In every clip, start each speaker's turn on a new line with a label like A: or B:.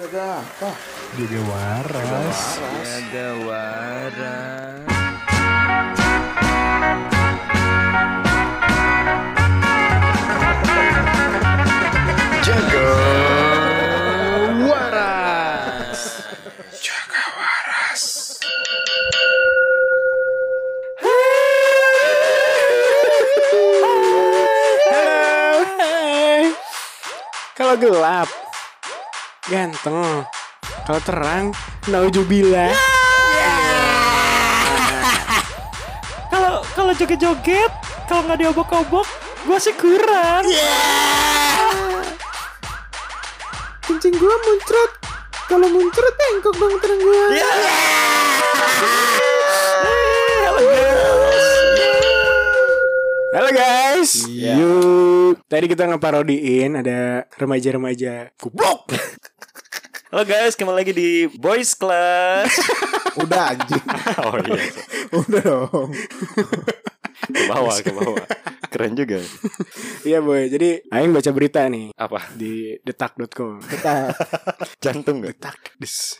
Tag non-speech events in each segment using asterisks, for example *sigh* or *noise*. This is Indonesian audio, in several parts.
A: Jaga apa?
B: Jaga waras.
C: Jaga waras. Jaga waras. Jaga waras.
B: Halo, hai. Kalau gelap, ganteng. Kalau terang, naujubillah.
D: kalau kalau joget-joget kalau nggak diobok-obok gue sih kurang
B: Kencing gua muncrat. Kalau muncrat tengkok dong terang gua. Halo guys.
A: Iya.
B: Yuk. Tadi kita ngeparodiin ada remaja-remaja goblok.
D: halo guys kembali lagi di boys
B: *laughs*
D: class
A: Udah anjing.
C: *laughs* Oh iya,
A: *laughs* Udah dong.
C: ke bawah, ke bawah. Keren juga.
B: Iya boy. Jadi aing baca berita nih
C: Apa?
B: di detak.com.
A: Kita
C: Jantung gak?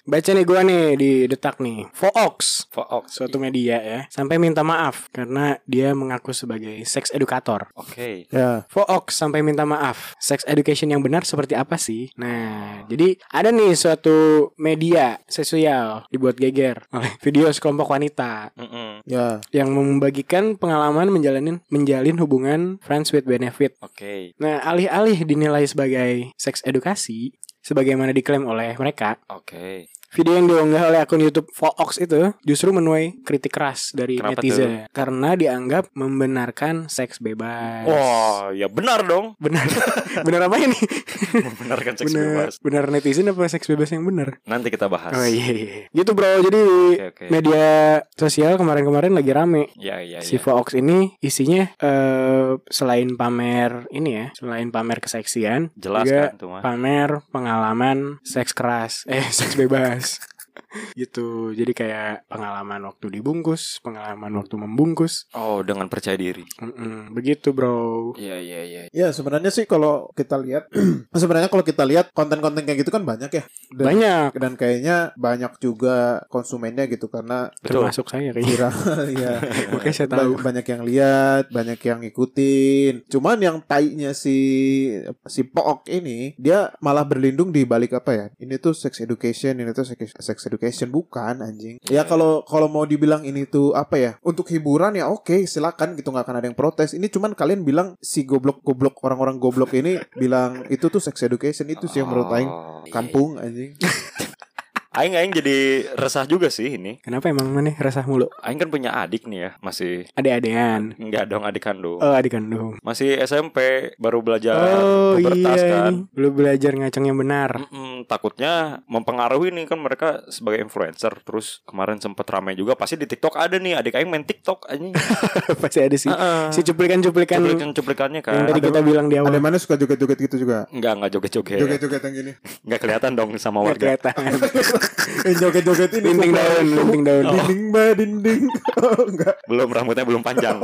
B: Baca nih gua nih di detak nih. Fox
C: Fox.
B: suatu media ya sampai minta maaf karena dia mengaku sebagai seks edukator.
C: Oke.
A: ya
B: Fox sampai minta maaf. Sex education yang benar seperti apa sih? Nah, jadi ada nih suatu media sosial dibuat geger oleh *laughs* video sekelompok wanita
C: Mm-mm.
A: ya
B: yang membagikan pengalaman menjalani menjalin hubungan friends with benefit.
C: Oke.
B: Nah, alih-alih dinilai sebagai seks edukasi sebagaimana diklaim oleh mereka,
C: Oke.
B: Video yang diunggah oleh akun YouTube Fox itu justru menuai kritik keras dari
C: Kenapa
B: netizen karena dianggap membenarkan seks bebas.
C: Wah, ya benar dong. *laughs* kan,
B: Benar. benar apa ini?
C: Membenarkan seks
B: benar,
C: bebas.
B: benar netizen apa seks bebas yang benar?
C: Nanti kita bahas.
B: Oh iya, iya. Gitu bro. Jadi
C: Oke, oke.
B: media sosial kemarin-kemarin lagi rame.
C: Ya, ya,
B: Si
C: ya.
B: Fox ini isinya eh selain pamer ini ya, selain pamer keseksian,
C: Jelas
B: juga
C: kan tuh mah.
B: pamer pengalaman seks keras *laughs* eh seks bebas gitu jadi kayak pengalaman waktu dibungkus pengalaman waktu membungkus
C: Oh, dengan percaya diri.
B: Mm-mm, begitu bro
C: Iya, iya, iya.
A: ya sebenarnya sih kalau kita lihat *clears throat* sebenarnya kalau kita lihat konten-konten kayak gitu kan banyak ya dan,
B: banyak
A: dan kayaknya banyak juga konsumennya gitu karena
C: Betul.
B: termasuk saya
C: Iya.
B: kayaknya
A: viral *laughs* ya
B: makanya saya tahu
A: Ba- banyak yang lihat, banyak yang ngikutin. Cuman yang tainya si si Pook ini dia malah berlindung di balik apa ya? Ini tuh sex education, ini tuh sex, sex education bukan anjing.
C: Iya.
A: Ya kalau kalau mau dibilang ini tuh apa ya? Untuk hiburan ya oke, silakan gitu nggak akan ada yang protes. Ini cuman kalian bilang si goblok-goblok orang-orang goblok
C: *laughs*
A: ini bilang itu tuh sex education itu sih yang menurut aing
C: Oh, iya,
A: kampung anjing.
C: iya. Aing aing jadi resah juga sih ini.
B: kenapa emang mana resah mulu
C: Aing kan punya adik nih ya, masih
B: ada-adaan
C: enggak dong adik kandung.
B: oh adik kandung
C: Masih SMP baru belajar
B: oh iya
C: pubertas kan.
B: ini. belum belajar ngaceng yang
C: *laughs*
B: benar
C: Mm-mm, takutnya mempengaruhi nih kan mereka sebagai influencer terus kemarin sempet ramai juga pasti di TikTok ada nih adik aing main TikTok anjing
B: pasti ada sih
C: Heeh.
B: si cuplikan-cuplikan
C: cuplikan-cuplikannya
B: yang
C: kan
B: tadi
A: Ada-
B: kita bilang di
A: ada
B: awal
A: yang mana suka joget-joget gitu juga?
C: Enggak, enggak joget-joget
A: Joget-joget yang gini.
C: Enggak kelihatan dong sama
B: Nggak
C: warga
B: kelihatan
A: Yang joget-joget ini Oh.
B: linting daun linting daun
C: Oh.
A: Dinding ba dinding. *laughs* Oh, enggak.
C: Belum rambutnya belum
B: *laughs*
C: panjang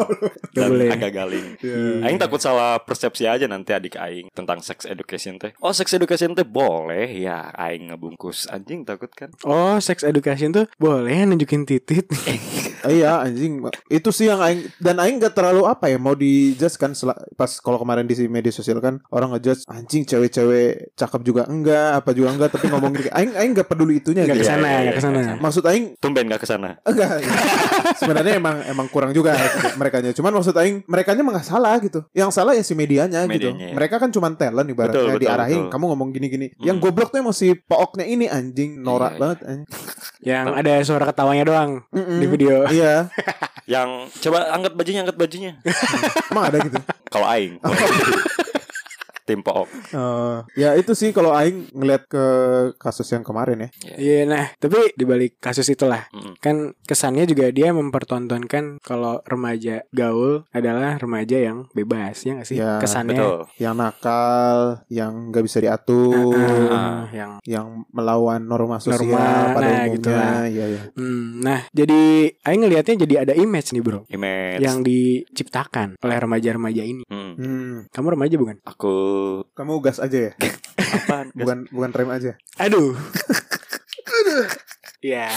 C: Dan
B: Boleh.
C: agak galing
A: Iya.
C: Aing takut salah persepsi aja nanti adik Aing Tentang sex education teh Oh sex education teh boleh ya Aing ngebungkus anjing takut kan
B: Oh, sex education tuh boleh nunjukin titit.
A: Iya anjing Itu sih yang Aing Dan Aing gak terlalu apa ya Mau di judge kan sel- Pas kalau kemarin di media sosial kan Orang ngejudge Anjing cewek-cewek Cakep juga enggak Apa juga enggak Tapi ngomong gitu Aing, Aing gak peduli itunya
B: Enggak
C: Iya,
A: gitu.
B: kesana,
C: iya,
B: enggak
C: iya,
B: kesana.
A: Maksud Aing
C: Tumben gak kesana
A: Enggak Sebenarnya emang emang kurang juga mereka Cuman maksud Aing Merekanya emang nggak salah gitu Yang salah ya si medianya,
C: Medianya,
A: gitu
C: ya.
A: Mereka kan cuman talent ibaratnya
C: Betul, betul,
A: Diarahin
C: betul.
A: Kamu ngomong gini-gini
C: Hmm.
A: Yang goblok tuh emang si pooknya ini anjing
C: Iya,
A: Norak
C: iya.
A: banget anjing.
B: Yang ada suara ketawanya doang
A: Mm-mm.
B: di video.
A: Iya
C: Yang coba angkat bajunya, angkat bajunya
A: Emang ada gitu
C: Kalau
B: *laughs*
C: Aing Tim Pook Oh.
A: Eh, ya itu sih kalau Aing ngeliat ke kasus yang kemarin ya.
B: Iya, nah, tapi dibalik kasus itulah
C: Mm-mm.
B: kan kesannya juga dia mempertontonkan kalau remaja gaul adalah remaja yang bebas ya nggak sih
A: Ya,
B: kesannya
C: Betul
A: Yang nakal, yang nggak bisa diatur,
B: Heeh,
C: Ah.
B: yang
A: yang melawan norma sosial
B: Norma,
A: pada
B: nah,
A: umumnya.
B: gitu lah.
A: Iya, iya.
B: Hmm, nah jadi Aing ngelihatnya jadi ada image nih bro
C: Image
B: yang diciptakan oleh remaja-remaja ini
C: Hmm.
A: Hmm.
B: kamu remaja bukan
C: Aku
A: Kamu gas aja ya?
C: apaan? Gas-
A: Bukan bukan rem aja. *laughs*
B: Aduh.
C: *laughs*
B: Ya,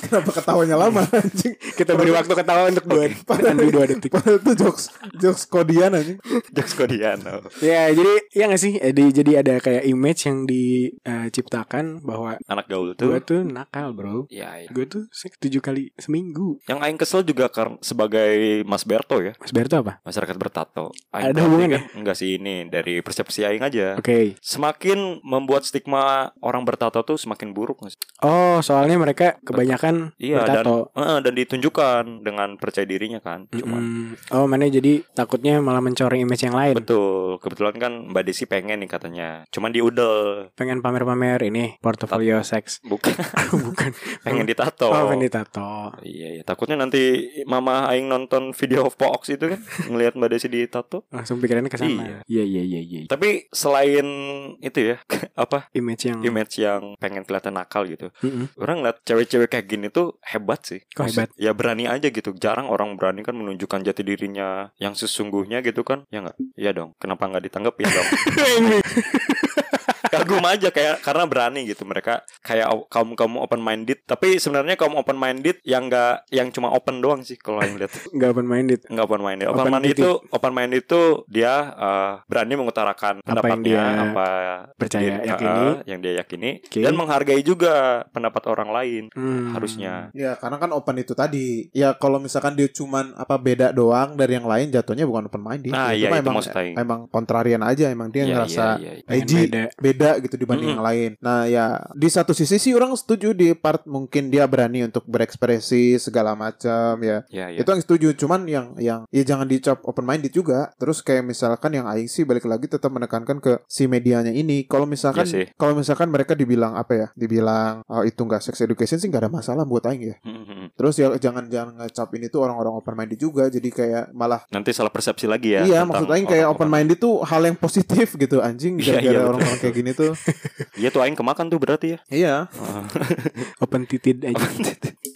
A: Kenapa ketawanya lama *laughs* anjing?
B: kita beri waktu ketawa untuk dua, untuk dua
C: *laughs*
B: detik.
A: Padahal itu jokes jokes kodian anjing.
C: Jokes Kodiano.
B: Ya, jadi ya nggak sih? Jadi, jadi ada kayak image yang diciptakan bahwa
C: Anak gaul
B: gue
C: tuh.
B: tuh nakal, bro.
C: Ya, ya.
B: Gue tuh seks tujuh kali seminggu.
C: Yang aing kesel juga karena sebagai Mas Berto ya,
B: Mas Berto apa?
C: masyarakat bertato.
B: Ada hubungannya?
C: perhatikan- Enggak sih ini dari persepsi aing aja.
B: Oke.
C: Semakin membuat stigma orang bertato tuh semakin buruk nggak sih?
B: Oh, soalnya mereka kebanyakan
C: Iya
B: bertato.
C: dan eh, dan ditunjukkan dengan percaya dirinya kan. Cuman
B: Mm-mm. Oh, mana jadi takutnya malah mencoreng image yang lain.
C: betul kebetulan kan Mbak Desi pengen nih katanya. Cuman diudel
B: Pengen pamer-pamer ini portofolio seks.
C: bukan
B: *laughs*
C: *laughs*
B: Bukan.
C: pengen ditato.
B: Oh, pengen ditato.
C: Iya, iya, takutnya nanti Mama Aing nonton video of Poox itu
B: *laughs*
C: kan ngelihat Mbak Desi ditato.
B: Langsung pikirannya ke
C: Iya.
B: sana. Iya, iya, iya, iya.
C: Tapi selain itu ya, *laughs* apa
B: Image yang
C: image yang pengen kelihatan nakal gitu.
B: *laughs* Mm-mm.
C: Orang ngeliat cewek-cewek kayak gini tuh hebat sih.
B: Kok hebat?
C: Maksud- Ya berani aja gitu. Jarang orang berani kan menunjukkan jati dirinya yang sesungguhnya gitu kan. Ya nggak? Iya dong. Kenapa nggak ditanggepin
B: *laughs*
C: dong? Kagum aja kayak karena berani gitu mereka kayak kaum kaum open minded tapi sebenarnya kaum open minded yang nggak yang cuma open doang sih kalau yang lihat
B: *laughs* Nggak open minded.
C: nggak open minded open,
B: Open gitu.
C: minded
B: minded.
C: itu open minded itu dia eh, berani mengutarakan
B: Apa yang
C: pendapatnya
B: dia
C: apa
B: percaya,
C: dia-
B: yakini.
C: eh, yang dia yakini
B: Oke.
C: dan menghargai juga pendapat orang lain
B: Hmm.
C: harusnya
A: Ya karena kan open itu tadi. Ya kalau misalkan dia cuman apa beda doang dari yang lain jatuhnya bukan open minded.
C: Nah,
A: Ya,
C: iya,
A: cuma
C: itu
A: emang
C: maksud Aing.
A: emang kontrarian aja emang
C: Iya,
A: dia ngerasa
C: iya, iya.
B: Pengen
A: edgy,
B: beda.
A: beda gitu dibanding
C: Mm-mm.
A: yang lain. Nah ya di satu sisi sih orang setuju di part mungkin dia berani untuk berekspresi segala macam ya.
C: Iya, iya.
A: Itu yang setuju, cuman yang yang ya jangan dicap open minded juga. Terus kayak misalkan yang Aing sih balik lagi tetap menekankan ke si medianya ini. Kalau misalkan
C: Iya sih.
A: kalau misalkan mereka dibilang apa ya? Dibilang oh, itu enggak sex education sih nggak ada masalah buat Aing ya.
C: Hmm, hmm, hmm.
A: Terus ya jangan jangan ngecap ini tuh orang-orang open minded juga. Jadi kayak malah
C: *laughs* nanti salah persepsi lagi ya
A: iya
C: tentang
A: maksud Aing kayak
C: orang-orang.
A: open minded tuh hal yang positif *laughs* gitu anjing
C: Iya,
A: gara-gara
C: iya, betul.
A: orang-orang kayak gini tuh.
C: iya tuh aing kemakan tuh berarti ya *laughs*
A: iya.
B: Open titit aja.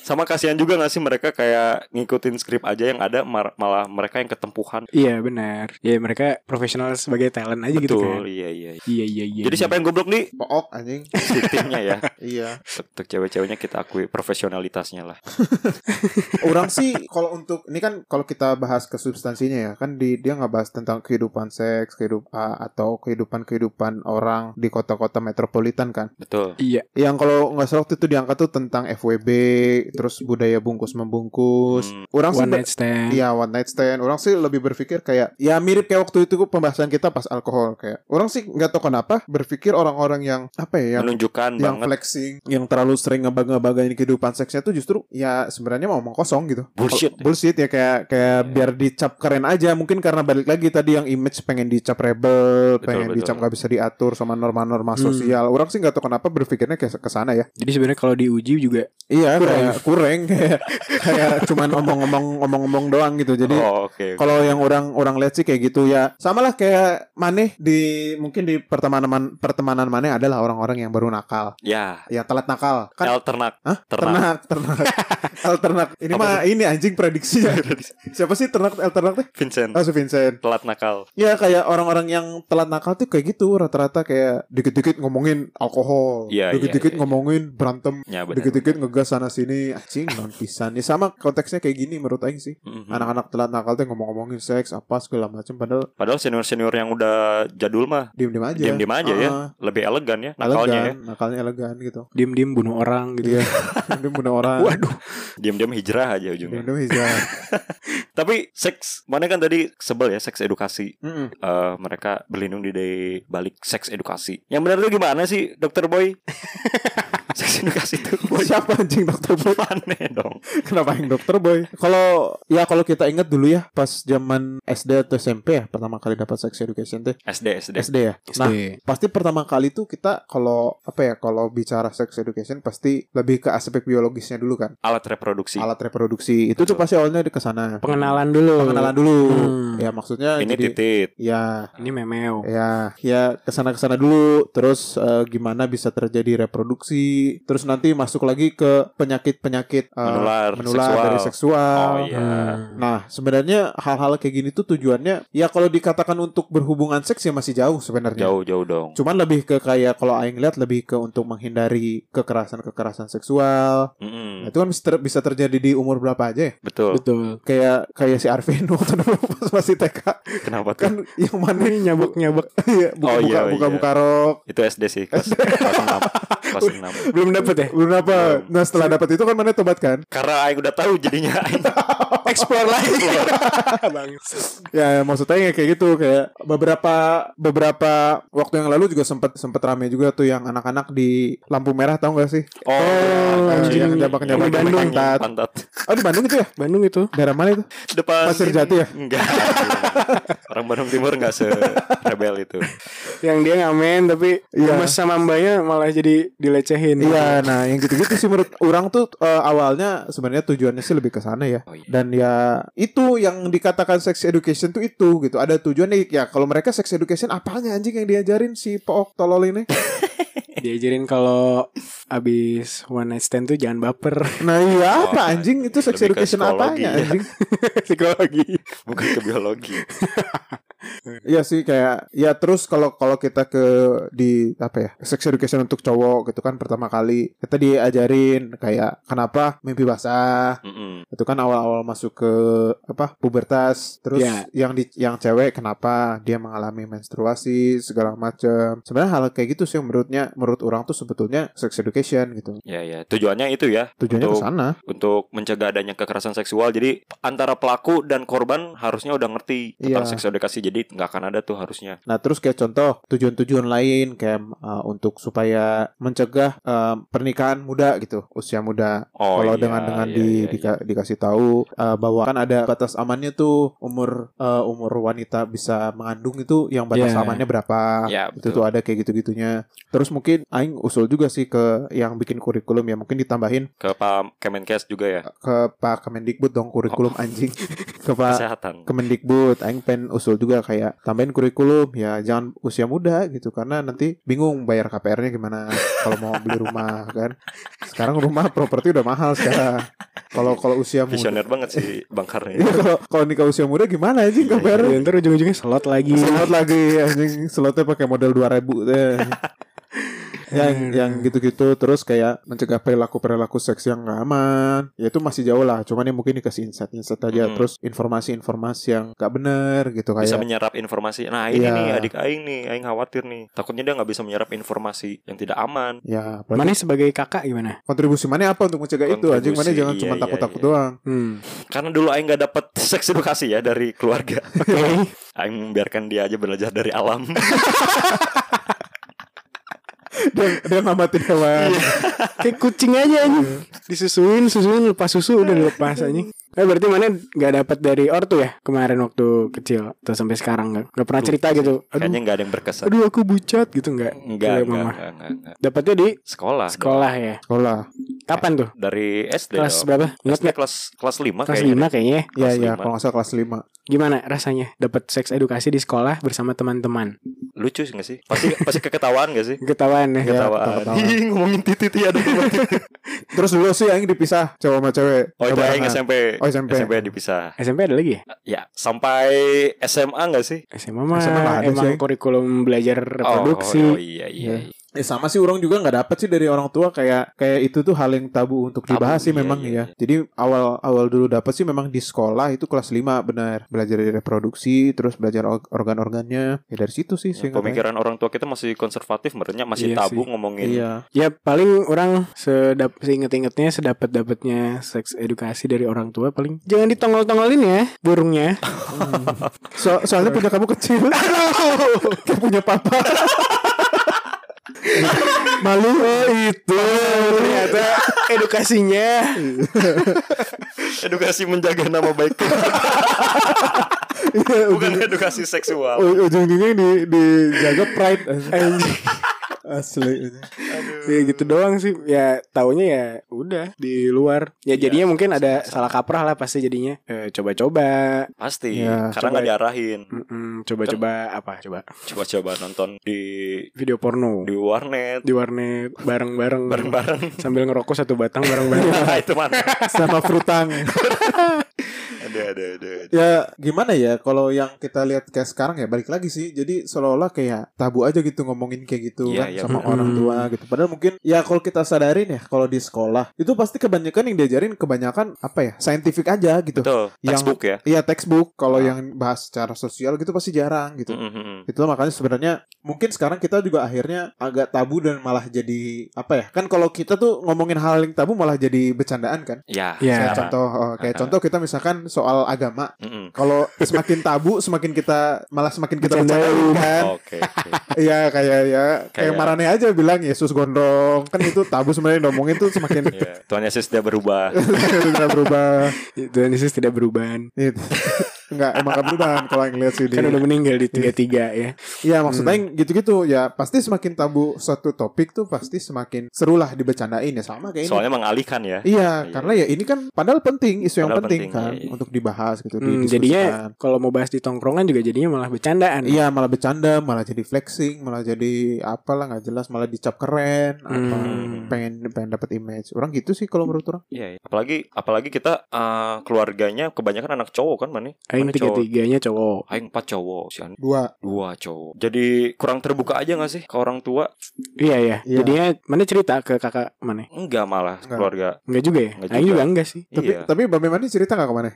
C: sama kasihan juga nggak sih mereka kayak ngikutin skrip aja yang ada mar- malah mereka yang ketempuhan
B: Iya benar. Ya mereka profesional sebagai talent aja gitu
C: betul
B: kan.
C: iya iya iya.
B: Iya iya iya.
C: jadi siapa yang goblok nih *laughs*
A: Pook anjing.
C: si timnya ya
A: iya.
C: untuk cewek-ceweknya kita akui profesionalitasnya lah
A: orang sih kalau untuk ini kan kalau kita bahas ke substansinya ya kan di dia nggak bahas tentang kehidupan seks kehidupan atau kehidupan kehidupan orang di kota-kota metropolitan kan
C: betul
B: Iya.
A: yang kalau nggak salah waktu itu diangkat tuh tentang FWB terus budaya bungkus membungkus
C: Hmm.
A: orang sih
B: One
A: ber-
B: night stand.
A: Iya one night stand Orang sih lebih berpikir kayak Ya mirip kayak waktu itu pembahasan kita pas alkohol Kayak orang sih nggak tahu kenapa Berpikir orang-orang yang Apa ya Yang
C: menunjukkan
A: yang
C: banget
A: flexing, yang terlalu sering ngebangga-banggain kehidupan seksnya tuh justru ya sebenarnya mau omong kosong gitu.
C: Bullshit.
A: Oh, bullshit ya kayak kayak
C: Iya.
A: biar dicap keren aja mungkin karena balik lagi tadi yang image pengen dicap rebel,
C: Betul,
A: pengen
C: betul.
A: dicap nggak bisa diatur sama norma-norma sosial. Orang sih nggak tahu kenapa berpikirnya kayak ke sana ya.
B: Jadi sebenarnya kalau diuji juga
A: Iya,
B: Kurang.
A: kayak kurang *laughs* kayak kayak cuman omong-omong omong-omong doang gitu. Jadi
C: oh, oke oke.
A: kalau yang orang orang lihat sih kayak gitu ya samalah kayak maneh di mungkin di pertemanan pertemanan maneh adalah orang-orang yang baru nakal
C: ya
A: ya telat nakal kan
C: El ternak
A: Hah?
C: ternak
A: Ternak, ternak.
C: *laughs*
A: El ternak. Ini
C: Apa
A: mah ini anjing
C: *laughs*
A: prediksinya. Siapa sih ternak el ternak teh?
C: Vincent
A: Oh, si Vincent.
C: telat nakal
A: Ya kayak orang-orang yang telat nakal tuh kayak gitu rata-rata kayak dikit-dikit ngomongin alkohol,
C: Iya, iya,
A: dikit-dikit
C: iya.
A: ngomongin berantem,
C: ya benar
A: dikit-dikit ngegas sana sini, anjing non pisan. Ya sama konteksnya kayak gini menurut aing sih.
C: Mhm.
A: Anak-anak telat nakal tuh ngomong-ngomongin seks apa segala macam padahal
C: padahal senior senior yang udah jadul mah
A: diem-diem aja.
C: diam diam aja ya
A: Ah,
C: lebih elegan ya nakalnya
A: Elegan,
C: ya
A: nakalnya elegan gitu.
B: diem-diem bunuh orang gitu.
A: Iya. Dia bunuh
C: *laughs*
A: orang.
B: Waduh.
C: diam diam hijrah aja ujungnya
A: Diem-diem hijau.
C: tapi seks mana kan tadi sebel ya seks edukasi
A: Mm-mm.
C: Eh, mereka berlindung di dari balik seks edukasi yang benar tuh gimana sih dokter
A: *laughs*
C: boy seks edukasi tuh boy
A: Siapa anjing dokter boy?
C: aneh dong
A: Kenapa yang dokter boy? Kalau ya kalau kita ingat dulu ya pas zaman SD atau SMP ya pertama kali dapat sex education teh
C: sd sd
A: SD ya. Nah
B: SD.
A: pasti pertama kali tuh kita kalau apa ya kalau bicara sex education pasti lebih ke aspek biologisnya dulu kan
C: alat reproduksi
A: alat reproduksi itu tuh
C: Betul.
A: pasti awalnya di kesana
B: Pengenalan dulu.
A: pengenalan dulu
B: Hmm.
A: ya maksudnya
C: ini
A: jadi
C: titit
A: ya
B: Ini memeo.
A: ya ya kesana kesana dulu terus eh, gimana bisa terjadi reproduksi tadi terus nanti masuk lagi ke penyakit-penyakit eh,
C: Menular,
A: menular
C: seksual.
A: dari seksual.
C: Oh iya.
B: Hmm.
A: Nah, sebenarnya hal-hal kayak gini tuh tujuannya ya kalau dikatakan untuk berhubungan seks ya masih jauh sebenarnya.
C: Jauh-jauh dong.
A: Cuman lebih ke kayak kalau aing lihat lebih ke untuk menghindari kekerasan-kekerasan seksual. Nah,
C: Mm-mm.
A: itu kan bisa, ter- bisa terjadi di umur berapa aja ya?
C: Betul.
B: Betul.
A: Kayak kayak si Arvin *laughs* waktu dulu pas masih TK
C: Kenapa tuh?
A: kan yang mana
B: *laughs* Ini nyabek-nyabek.
A: iya, buka,
C: Oh, iya,
A: buka,
C: oh,
A: buka,
C: iya.
A: buka rok
C: Itu SD sih kelas kelas 6. Kelas 6.
B: Belum dapet
A: *laughs*
B: ya?
A: belum apa
C: Iya.
A: nah setelah dapat itu kan mana tobat kan
C: Karena aing udah tahu jadinya aing
B: Explore lagi. *laughs* Bang.
A: ya maksudnya ya kayak gitu kayak beberapa beberapa waktu yang lalu juga sempat sempat rame juga tuh yang anak-anak di lampu merah tau gak sih
C: Oh, iya.
A: Eh,
B: anjing.
A: yang jambak-jambak
B: Di Bandung.
A: pantat
C: pantat.
A: oh di Bandung itu ya
B: Bandung itu.
A: daerah mana itu
C: Iya. Depan
A: Pasir
C: ini-
A: Jati ya? *laughs*
C: Enggak. Orang Bandung Timur enggak se rebel itu.
B: Yang dia ngamen tapi
A: Iya.
B: gemes sama mbaknya malah jadi dilecehin.
A: Iya, nah yang gitu-gitu sih menurut orang tuh eh, awalnya sebenarnya tujuannya sih lebih ke sana ya.
C: Oh, iya.
A: Dan ya itu yang dikatakan sex education tuh itu gitu. Ada tujuannya ya kalau mereka sex education apanya anjing yang diajarin si Pook tolol
C: *laughs*
A: ini.
B: Diajarin kalau abis one night stand tuh jangan baper. *laughs*
A: Nah, iya
C: Oh,
A: apa anjing itu sex
C: lebih ke
A: education
C: psikologi
A: apanya
C: ya.
A: anjing?
B: Psikologi.
C: Bukan ke biologi.
A: Iya sih kayak ya terus kalau kalau kita ke di apa ya sex education untuk cowok gitu kan pertama kali kita diajarin kayak kenapa mimpi basah
C: Mm-mm.
A: itu kan awal-awal masuk ke apa pubertas terus
B: Ya.
A: yang di yang cewek kenapa dia mengalami menstruasi segala macam sebenarnya hal kayak gitu sih yang menurutnya menurut orang tuh sebetulnya sex education gitu
C: Ya ya, tujuannya itu ya
A: tujuannya ke
C: Untuk-
A: sana
C: untuk mencegah adanya kekerasan seksual. Jadi antara pelaku dan korban harusnya udah ngerti tentang
A: Iya.
C: seks edukasi. Jadi nggak akan ada tuh harusnya.
A: Nah terus kayak contoh tujuan-tujuan lain kayak eh, untuk supaya mencegah eh, pernikahan muda gitu usia muda.
C: Oh,
A: Kalau
C: iya,
A: dengan dengan
C: iya,
A: di,
C: iya, iya.
A: dika- dikasih tahu eh, bahwa kan ada batas amannya tuh umur eh, umur wanita bisa mengandung itu yang batas
B: Iya.
A: amannya berapa.
C: Ya,
A: ah, Itu tuh ada kayak gitu-gitunya. Terus mungkin aing usul juga sih ke yang bikin kurikulum ya mungkin ditambahin
C: Ke Pak Kemenkes juga ya
A: ke Pak Kemendikbud dong kurikulum
C: Oh.
A: anjing. *laughs* ke Pak
C: kesehatan.
A: Kemendikbud, aing pengen usul juga kayak tambahin kurikulum ya jangan usia muda gitu karena nanti bingung bayar KPR-nya gimana kalau mau beli rumah kan. Sekarang rumah properti udah mahal sekarang. Kalau kalau usia muda
C: Visioner banget sih Bang ya. Karni.
A: *laughs* Iya, kalau kalau nikah usia muda gimana anjing KPR?
B: Ya, ntar ujung-ujungnya slot lagi.
A: Slot lagi anjing, slotnya pakai modal 2000 deh. yang yang gitu-gitu terus kayak mencegah perilaku perilaku seks yang gak aman ya itu masih jauh lah cuman ya mungkin dikasih insight-insight aja
C: Mhm.
A: terus informasi-informasi yang gak bener gitu kayak
C: bisa menyerap informasi. Nah, ini
A: Iya.
C: nih adik aing nih, aing khawatir nih. Takutnya dia nggak bisa menyerap informasi yang tidak aman.
A: Ya, berarti
B: Mana sebagai kakak gimana?
A: kontribusi mana apa untuk mencegah itu? Anjing mana
C: Kontribusi,
A: jangan
C: iya,
A: cuma
C: iya,
A: takut-takut
C: iya.
A: doang.
B: Hmm.
C: Karena dulu aing nggak dapat *laughs* seks edukasi ya dari
B: *laughs*
C: keluarga.
B: Oke.
C: Aing membiarkan dia aja belajar dari alam.
A: dia dia ngamatin
B: Iya.
A: hewan.
B: Kayak kucing aja anjing. Disusuin, susuin, lepas susu udah dilepas anjing. Eh berarti mana nggak dapat dari ortu ya kemarin waktu kecil atau sampai sekarang nggak nggak pernah cerita gitu.
C: Kayaknya
B: Aduh,
C: nggak ada yang berkesan.
B: aduh aku bucat gitu nggak?
C: Enggak,
B: Dari
C: enggak,
B: mama.
C: enggak, enggak, enggak.
B: Dapatnya di
C: Sekolah.
B: sekolah ya.
A: Sekolah.
B: Kapan tuh?
C: Dari SD
B: Kelas
C: dong.
B: berapa? Ingat
C: SD
B: nggak?
C: kelas kelas 5
B: Kelas
C: kayaknya.
B: lima kayaknya.
A: Ya
C: Kelas
A: ya,
C: lima.
A: kalau nggak salah kelas 5.
B: Gimana rasanya dapat seks edukasi di sekolah bersama teman-teman?
C: Lucu sih nggak sih? Pasti pasti keketawaan nggak
B: *laughs*
C: sih?
B: Ketahuan ya.
A: Iya,
C: Ketawaan.
A: ketawa-tawa.
C: Ih, ngomongin titik ada
B: *laughs*
A: Terus dulu sih yang dipisah cowok sama cewek.
C: Oh, itu aing
A: Kebarangan.
C: SMP.
A: Oh, SMP.
C: dipisah.
B: SMP ada lagi ya?
C: Ya, sampai SMA nggak sih?
B: SMA mah
A: SMA nggak ada
B: emang
A: sih.
B: kurikulum belajar reproduksi.
C: Oh, oh, iya iya. iya.
A: Ya sama sih orang juga nggak dapat sih dari orang tua kayak kayak itu tuh hal yang tabu untuk
C: Tabu,
A: dibahas sih
C: iya,
A: memang
C: iya,
A: ya. Jadi awal awal dulu dapat sih memang di sekolah itu kelas 5 benar. Belajar dari reproduksi, terus belajar org- organ-organnya. Ya dari situ sih
C: Ya,
A: sih.
C: pemikiran orang tua kita masih konservatif, menurutnya masih
B: Iya
C: tabu
B: sih.
C: ngomongin
A: Iya.
B: Ya paling orang sedap seinget-ingetnya sedapat dapatnya seks edukasi dari orang tua paling jangan ditongol-tongolin ya *laughs* burungnya.
A: So- soalnya punya kamu
B: *laughs*
A: kecil. Kayak punya papa.
B: Malu oh, itu ternyata edukasinya.
C: *laughs* edukasi menjaga nama
B: *laughs*
C: baik,
A: Iya,
C: bukan *laughs* edukasi seksual.
A: U- ujung-ujungnya di dijaga pride
B: Anjing.
A: Asli.
B: Ya gitu doang sih. Ya taunya ya udah di luar. Ya jadinya mungkin ada salah kaprah lah pasti jadinya. Eh, Coba-coba.
C: Pasti,
B: coba-
C: karena
A: Ya,
B: Hmm.
C: nggak diarahin.
B: Mm-mm, Coba-coba apa? Coba
C: Coba-coba nonton di
B: video porno
C: di warnet
B: di warnet bareng-bareng
C: bareng-bareng.
B: sambil ngerokok satu batang bareng-bareng.
C: Nah, itu mana?
A: Sama
B: *laughs*
A: frutang.
C: Ada ada ada. ada.
A: ya gimana ya kalau yang kita lihat kayak sekarang ya balik lagi sih. Jadi seolah-olah kayak tabu aja gitu ngomongin kayak gitu
C: Iya,
A: kan
C: iya,
A: sama
B: bener.
A: orang tua gitu. Padahal mungkin ya kalau kita sadarin ya kalau di sekolah itu pasti kebanyakan yang diajarin kebanyakan apa ya? Scientific aja gitu.
C: Betul,
A: Yang-
C: textbook ya.
A: Iya textbook kalau
C: Ah.
A: yang bahas secara sosial gitu pasti jarang gitu.
C: Mm, mm, mm.
A: Itu makanya sebenarnya mungkin sekarang kita juga akhirnya agak tabu dan malah jadi apa ya? Kan kalau kita tuh ngomongin hal yang tabu malah jadi bercandaan kan?
C: Ya,
B: Ya.
A: Kayak
C: sekarang.
A: contoh oh, kayak
C: Ah.
A: contoh kita misalkan soal agama.
C: Mm, mm.
A: Kalau semakin tabu semakin kita malah semakin kita
B: Bercandain.
A: bercandain kan?
C: Oke. oke.
A: Iya kayak ya kayak
C: Oh. Kayak-
A: Marane aja bilang Yesus gondrong. Kan itu tabu sebenarnya ngomongin tuh semakin
C: *laughs* Iya. Tuhan Yesus tidak berubah.
A: sudah berubah.
B: Tuhan Yesus tidak berubah.
A: Gitu. Enggak emang gak berubah kalau yang lihat sih di
B: Kan udah meninggal di tiga-tiga ya.
A: Ya maksudnya yang gitu-gitu ya pasti semakin tabu suatu topik tuh pasti semakin serulah dibecandain ya sama kayak ini.
C: Soalnya mengalihkan ya.
A: iya,
C: Iya.
A: karena ya ini kan padahal penting isu yang
C: Padahal
A: penting,
C: penting,
A: kan
C: iya, iya.
A: untuk dibahas gitu
B: Hmm, jadinya
A: didiskusikan.
B: kalau mau bahas di tongkrongan juga jadinya malah bercandaan.
A: Iya malah bercanda, malah jadi flexing, malah jadi apalah nggak jelas, malah dicap keren, apa
B: Hmm.
A: pengen pengen dapat image. Orang gitu sih kalau menurut orang.
C: Iya, iya. Apalagi apalagi kita eh, keluarganya kebanyakan anak cowok kan, Mani?
B: Aing
C: Mana cowok?
B: tiga-tiganya cowok.
C: Aing empat cowok, si Ani
A: Dua.
C: dua cowok. Jadi kurang terbuka aja gak sih ke orang tua?
B: Iya ya.
A: Iya.
B: Jadinya mana cerita ke kakak mana?
C: Enggak malah
A: Enggak.
C: keluarga.
B: Enggak juga ya?
C: Enggak
B: Aing
C: juga.
B: juga enggak sih.
A: Tapi
C: Iya.
A: tapi Mbak Memani cerita nggak kemana?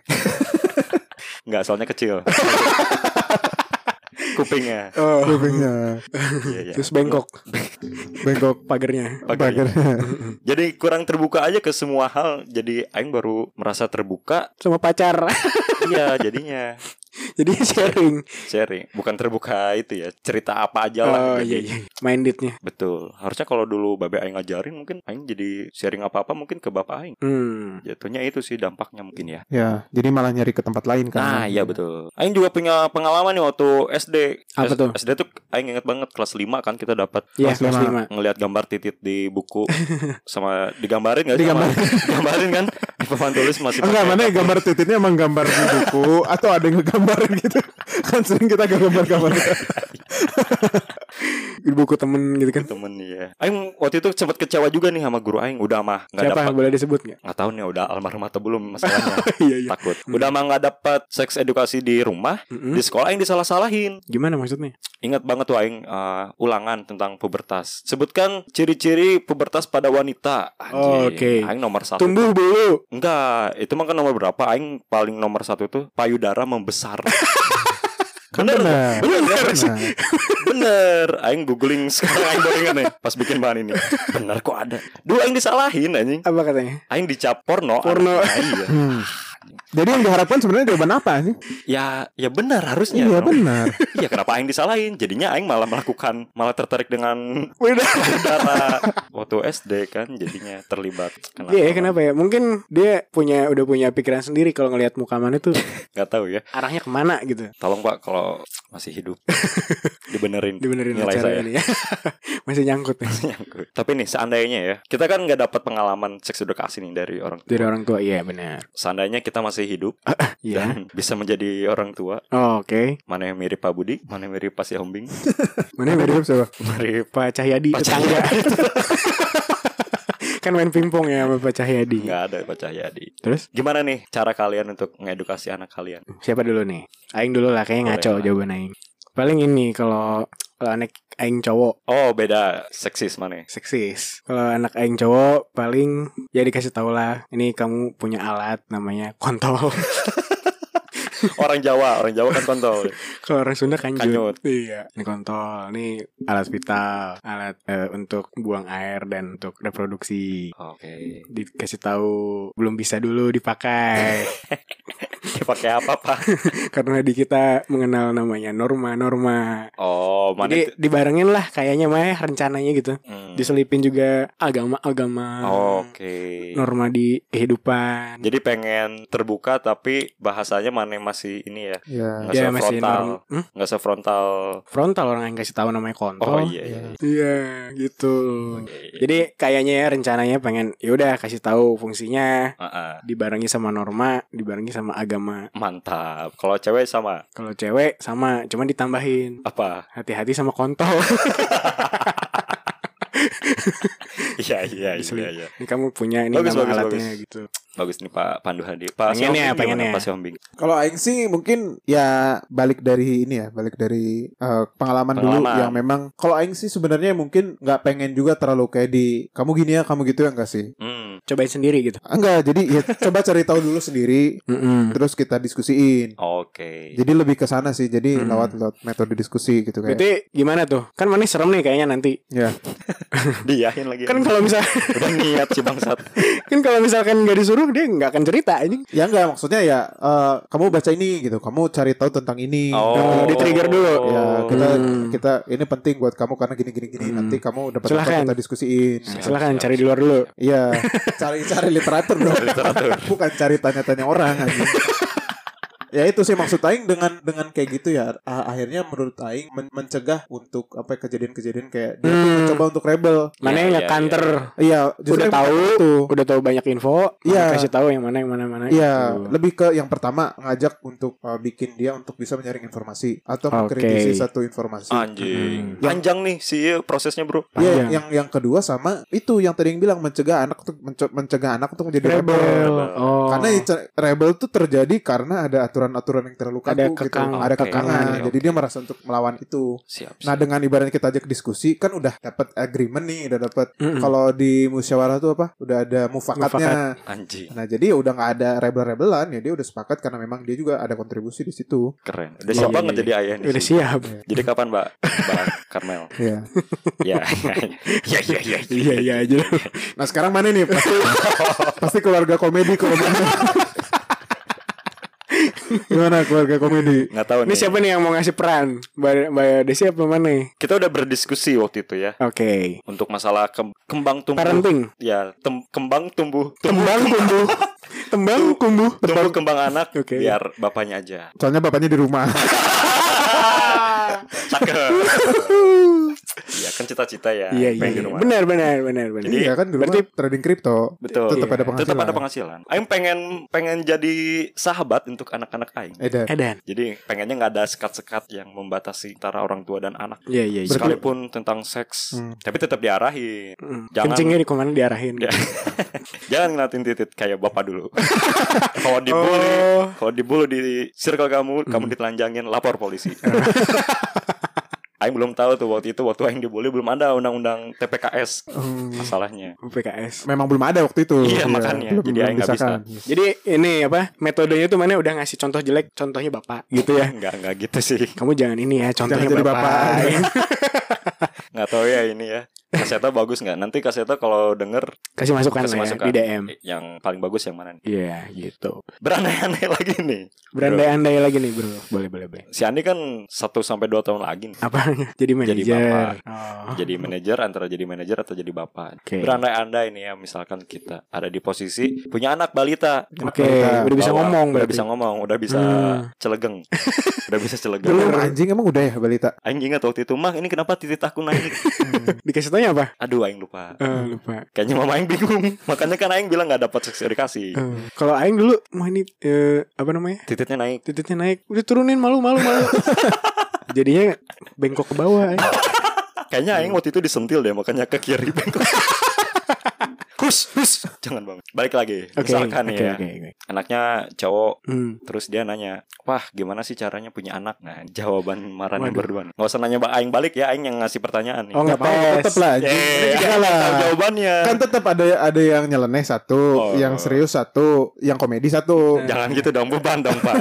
C: Enggak, soalnya
B: *laughs*
C: kecil. Kupingnya.
B: Oh.
A: Kupingnya
C: Iya, iya.
B: Terus
C: *laughs*
B: bengkok
A: bengkok.
B: pagernya.
C: Pagernya.
A: Pagernya.
C: Jadi kurang terbuka aja ke semua hal. Jadi aing baru merasa terbuka.
B: Sama pacar. *laughs*
C: iya, jadinya
B: Jadi sharing.
C: sharing, bukan terbuka itu ya. Cerita apa aja lah.
B: Oh
C: Jadi,
B: iya iya. Mindednya.
C: Betul. Harusnya kalau dulu babe aing ngajarin mungkin aing jadi sharing apa-apa mungkin ke bapak aing.
B: Hmm.
C: Jatuhnya itu sih dampaknya mungkin ya.
A: Ya, jadi malah nyari ke tempat lain kan.
C: Nah, iya betul. Aing juga punya pengalaman nih waktu SD.
B: Apa tuh?
C: SD tuh aing inget banget kelas 5 kan kita dapat
B: Iya,
A: Kelas
B: kelas
A: lima.
B: lima.
C: ngelihat gambar titit di
B: *laughs*
C: buku sama digambarin gak sih?
A: Digambar-
C: sama- *laughs* Digambarin kan? Di papan tulis masih
A: Enggak,
C: pakai-
A: mana yang gambar titiknya emang gambar di buku atau ada yang ngegambarin gitu. *laughs* Kan sering kita gitu. gak gambar-gambar.
B: Di buku temen gitu kan.
C: temen ya. Aing waktu itu sempat kecewa juga nih sama guru aing. Udah mah nggak
B: Siapa
C: dapat.
B: boleh disebut
C: *laughs*
B: enggak?
C: Nggak tahu nih udah almarhum atau belum masalahnya.
B: iya *laughs* iya.
C: Takut. Udah mah nggak dapat seks edukasi di rumah,
B: Mm-mm.
C: di sekolah aing disalah-salahin.
B: Gimana maksudnya?
C: Ingat banget tuh aing eh, ulangan tentang pubertas. Sebutkan ciri-ciri pubertas pada wanita. Anjing,
B: Oke.
C: Aing nomor satu.
B: Tumbuh dulu.
C: Enggak, itu mah kan nomor berapa? Aing paling nomor satu tuh payudara membesar. bener, kan?
A: Bener.
C: bener, bener, bener. Aing googling sekarang aing baru ingat nih pas bikin bahan ini. Bener kok ada. Dulu aing disalahin anjing.
B: Apa katanya?
C: Aing dicap porno.
B: Porno.
C: Nah, iya.
A: Hmm. Jadi yang diharapkan sebenarnya jawaban apa
B: *laughs*
A: sih?
C: Ya, ya benar harusnya.
A: Iya
C: dong.
A: benar.
C: Iya, kenapa aing disalahin? Jadinya aing malah melakukan malah tertarik dengan
B: Udah.
C: payudara waktu SD kan jadinya terlibat.
B: Iya, ya, kenapa ya? Mungkin dia punya udah punya pikiran sendiri kalau ngelihat muka mana
C: *laughs*
B: tuh
C: Gak tahu ya.
B: arahnya kemana gitu.
C: Tolong Pak kalau masih
B: *laughs*
C: hidup dibenerin.
B: Dibenerin
C: Nilai
B: acara
C: saya.
B: ini ya. *laughs* Masih nyangkut ya.
C: *laughs*
B: nih.
C: Nyangkut. *laughs* Tapi nih seandainya ya Kita kan nggak dapat pengalaman seks edukasi nih dari orang
B: Dari orang tua, iya benar.
C: Seandainya kita masih hidup
B: Iya.
C: Dan *laughs* bisa menjadi orang tua
B: Oh, Oke.
C: Mana yang mirip Pak Budi Mana yang mirip
B: *laughs*
C: Pak Sihombing
B: Mana yang mirip siapa?
C: Mirip
B: Pak Cahyadi
C: Pak
B: tetangga. *laughs* kan main pingpong ya sama Pak Cahyadi.
C: nggak ada Pak Cahyadi
B: Terus
C: Gimana nih cara kalian untuk ngedukasi anak kalian
B: siapa dulu nih? Aing dulu lah kayaknya ngaco
C: Boleh.
B: jawaban aing. Paling ini kalau kalau anak aing cowok
C: Oh beda seksis mana
B: seksis. Kalau anak aing cowok paling ya dikasih tau lah, ini kamu punya alat namanya kontol. *laughs*
C: Orang Jawa Orang Jawa kan
B: *laughs*
C: kontol
B: Kalau orang Sunda kanjut.
C: Kanjut.
B: Iya. Ini kontol, ini alat vital, alat eh, untuk buang air dan untuk reproduksi.
C: Oke
B: Dikasih tahu belum bisa dulu dipakai.
C: pakai apa pak?
B: *laughs* karena di kita mengenal namanya norma norma
C: Oh mana itu?
B: jadi dibarengin lah kayaknya mah rencananya gitu
C: Hmm.
B: diselipin juga agama agama
C: Oke.
B: norma di kehidupan
C: iya. Jadi pengen terbuka tapi bahasanya mana yang masih ini ya
A: Ya.
C: Nggak sefrontal.
B: norm- Hmm?
C: nggak sefrontal.
B: frontal orang yang kasih tahu namanya kontol
C: Oh, iya, iya.
A: ya.
B: Iya, gitu jadi kayaknya ya rencananya pengen yaudah kasih tahu fungsinya
C: Ah, ah.
B: dibarengi sama norma dibarengi sama agama
C: Mantap. Kalau cewek sama
B: kalau cewek sama cuman ditambahin
C: apa? *laughs*
B: hati-hati sama kontol *laughs*
C: Iya iya iya.
B: Diselip.
C: iya.
B: ini kamu punya ini
C: Bagus,
B: nama
C: bagus,
B: alatnya
C: bagus.
B: gitu
C: Bagus nih Pak Pandu Hadi. Pak
B: Pengen ya,
C: Siombing
B: pengen
C: gimana,
B: ya.
C: Pak Siombing?
A: Kalau aing sih mungkin ya balik dari ini ya, balik dari eh, pengalaman, dulu
C: Pengalaman.
A: yang memang kalau aing sih sebenarnya mungkin nggak pengen juga terlalu kayak di kamu gini ya, kamu gitu ya enggak sih?
C: Hmm.
B: cobain sendiri gitu
A: Ah, Enggak, jadi
B: *laughs*
A: ya coba cari tahu dulu sendiri
B: Mm-mm.
A: terus kita diskusiin.
C: Oke.
A: Jadi lebih ke sana sih. Jadi
B: Hmm.
A: lewat lewat metode diskusi gitu kayak.
B: Berarti gimana tuh? Kan mana serem nih kayaknya nanti.
A: Ya.
C: Diahin
A: Iya.
C: lagi.
B: Kan kalau misal *laughs*
C: udah niat si bangsat.
B: kan kalau misalkan nggak disuruh dia nggak akan cerita anjing.
A: Ya enggak maksudnya ya eh, kamu baca ini gitu. Kamu cari tahu tentang ini.
B: Oh, di-trigger dulu.
A: Ya, kita
B: Hmm.
A: kita ini penting buat kamu karena gini gini gini
B: Hmm.
A: nanti kamu dapat apa
B: Silahkan.
A: kita diskusiin.
C: Siap,
B: Silahkan
C: siap,
B: cari di
C: siap.
B: luar dulu.
A: Iya, cari-cari literatur dong.
C: Literatur.
A: *laughs* Bukan cari tanya-tanya orang aja. ya itu sih maksud aing dengan dengan kayak gitu ya a- akhirnya menurut aing men- mencegah untuk apa ya, kejadian-kejadian kayak dia tuh
B: Hmm.
A: mencoba untuk rebel.
B: Mana yang
C: iya,
B: nggak counter?
A: Iya, justru
B: Udah
A: yang
B: tahu,
A: tuh.
B: udah tahu banyak info,
A: Iya.
B: mana kasih tahu yang mana yang mana mana.
A: Iya,
B: gitu.
A: lebih ke yang pertama ngajak untuk uh, bikin dia untuk bisa menyaring informasi atau
B: Oke.
A: mengkritisi satu informasi.
C: Anjing.
A: Hmm.
C: Panjang nih si E prosesnya, Bro.
A: Iya,
B: Panjang.
A: yang yang kedua sama itu yang tadi yang bilang mencegah anak untuk mence- mencegah anak untuk menjadi
B: rebel.
A: rebel.
B: Oh.
A: Karena ce- rebel tuh terjadi karena ada aturan-aturan yang terlalu kaku
B: Ada
A: gitu.
B: kekang. Iya,
A: ada
C: Oke,
A: kekangan.
C: iya, oke,
A: Jadi dia merasa untuk melawan itu.
C: Siap.
A: Nah,
C: siap.
A: dengan ibaratnya kita ajak diskusi kan udah dapat agreement nih, udah dapat
B: Mm-mm.
A: kalau di musyawarah tuh apa? Udah ada mufakatnya.
C: Anjing.
A: Nah, jadi ya udah nggak ada rebel-rebelan, ya dia udah sepakat karena memang dia juga ada kontribusi di situ.
C: Keren. Udah
B: Iya,
C: siap
B: iya,
C: banget
B: iya.
C: jadi ayah nih.
B: udah siap.
C: Jadi kapan, Mbak? Mbak
B: *laughs*
C: Karmel. *laughs*
A: Iya.
C: Ya. Ya ya ya.
B: Iya iya aja.
C: *laughs*
A: Nah, sekarang mana nih? Pasti pasti keluarga komedi kalau Gimana keluarga komedi?
C: Nggak tahu
B: Ini
C: nih.
B: siapa nih yang mau ngasih peran? Mbak Mbak Desi apa mana? Oke.
C: Kita udah berdiskusi waktu itu ya untuk masalah kem- kembang tumbuh.
B: Parenting.
C: Ya, tem- kembang tumbuh.
B: Tembang kumbuh. Tembang kumbuh.
C: Tumbuh kembang anak
B: Oke.
C: biar bapaknya aja.
A: Soalnya bapaknya di rumah.
B: *laughs*
C: Cakep. Iya kan cita-cita ya.
B: Iya iya.
C: pengen di
B: iya.
C: rumah.
B: Benar benar benar benar.
C: *laughs* Jadi-
A: Iya kan di rumah
B: Berarti-
A: trading kripto.
C: Betul.
A: Tetap
C: Iya.
A: ada penghasilan.
C: Tetap ada penghasilan. Aing pengen pengen jadi sahabat untuk anak-anak aing.
A: Edan.
B: Edan.
C: Jadi pengennya nggak ada sekat-sekat yang membatasi antara orang tua dan anak.
B: Iya iya. iya.
C: Sekalipun tentang seks,
A: Hmm.
C: tapi tetap diarahin.
B: Mm.
C: Jangan-
B: Kencingnya di kemana diarahin
C: Ya. Jangan ngeliatin titit kayak bapak dulu. *laughs* kalau dibully,
B: Oh.
C: kalau dibully di circle kamu, kamu ditelanjangin, lapor polisi. *laughs* Aing belum tahu tuh waktu itu waktu Aing dibully belum ada undang-undang TPKS masalahnya.
B: PKS
A: Memang belum ada waktu itu.
C: Iya, makanya.
A: Belum,
C: Jadi
A: belum
C: Aing nggak bisa.
A: disahkan.
B: Jadi ini apa Metodenya tuh mana udah ngasih contoh jelek Contohnya bapak gitu ya
C: Enggak enggak gitu sih.
B: Kamu jangan ini ya Contohnya
A: Jangan jadi
B: bapak,
A: bapak.
C: Nggak tahu ya ini ya. Kaseta bagus nggak? Nanti kaseta kalau denger
B: Kasih masukan
C: Kasih
B: lah ya
C: masukan.
B: Di DM
C: yang paling bagus yang mana nih?
B: Iya gitu
C: Berandai-andai *laughs* lagi nih.
B: Berandai-andai lagi nih bro Boleh boleh boleh
C: Si Andi kan 1 sampai 2 tahun lagi nih.
B: Apa *laughs* Jadi manajer
C: bapak.
B: Oh. *laughs*
C: Jadi manajer antara jadi manajer atau jadi bapak.
B: Oke.
C: Berandai-andai nih ya misalkan kita ada di posisi punya anak balita. Anak
B: Oke,
C: balita.
B: udah bisa
C: Bawa-
B: ngomong
C: udah
B: berarti.
C: bisa ngomong, udah bisa
B: Hmm. *laughs*
C: celegeng. udah bisa celegeng.
A: Belum anjing emang udah ya balita.
C: Aing ingat waktu itu, "Mah, ini kenapa titik aku naik?" *laughs*
B: Dikasih tanya apa?
C: Aduh, aing lupa.
B: Eh, lupa
C: Kayaknya mama aing bingung. Makanya kan aing bilang nggak dapat seks edukasi.
B: Eh, Kalau Aing dulu Mah ini eh, Apa namanya
C: Titiknya naik.
B: Titiknya naik Udah turunin malu malu malu *laughs* Jadinya Bengkok ke bawah eh.
C: *laughs*
B: Aing.
C: Kayaknya aing waktu itu disentil deh, makanya ke
B: *laughs*
C: kiri bengkok. hus, hus. Jangan banget. Balik lagi.
B: Oke
C: Misalkan
B: oke,
C: nih ya.
B: oke, oke.
C: Anaknya cowok
B: Hmm.
C: Terus dia nanya, wah gimana sih caranya punya anak? Nah *laughs* jawaban Marani
B: Waduh.
C: berdua. nih. Nggak usah nanya Mbak Aing balik ya, Aing yang ngasih pertanyaan nih.
B: Oh, iya,
A: Nggak
B: nggak
A: apa-apa,
B: tes.
A: tetep lah anjing. Ini
C: Eh,
A: juga lah.
C: *laughs* tahu jawabannya.
A: Kan tetap ada ada yang nyeleneh satu,
C: Oh.
A: yang serius satu, yang komedi satu.
C: Jangan gitu dong, beban dong
B: *laughs*
C: Pak.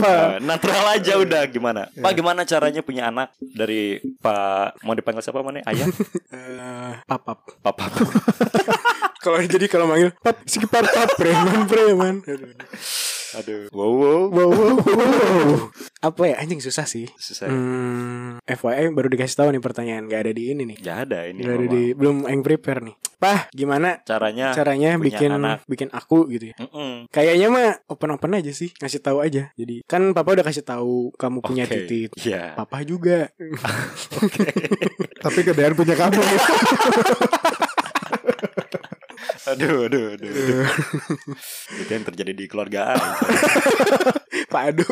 C: Eh, Natural aja
B: Iya.
C: udah gimana. Pak gimana caranya punya anak dari Pak mau dipanggil siapa mana? Ayah,
B: *laughs* Eh, pap pap.
C: Papa.
B: *laughs* Kalau jadi kalau manggil pap si pap pap preman preman.
C: Aduh. Wow, wow.
B: Wow, wow, wow. *laughs* Apa ya anjing susah sih.
C: Susah. ya.
B: Hmm, FYI baru dikasih tahu nih pertanyaan gak ada di ini nih.
C: Gak ada ini.
B: Gak ada
C: memang.
B: di belum yang prepare nih. Pah, gimana
C: Caranya.
B: caranya
C: Ya, punya
B: bikin
C: anak.
B: bikin aku gitu ya?
C: Mm-mm.
B: Kayaknya mah open-open aja sih, ngasih tahu aja. Jadi kan papa udah kasih tahu kamu punya
C: Oke.
B: titik.
C: Iya.
B: Papa juga.
A: Tapi kedean punya kamu.
C: Aduh, aduh, aduh.
B: *laughs*
C: aduh. Itu yang terjadi di keluargaan.
B: Pak
C: *laughs*
B: Adu.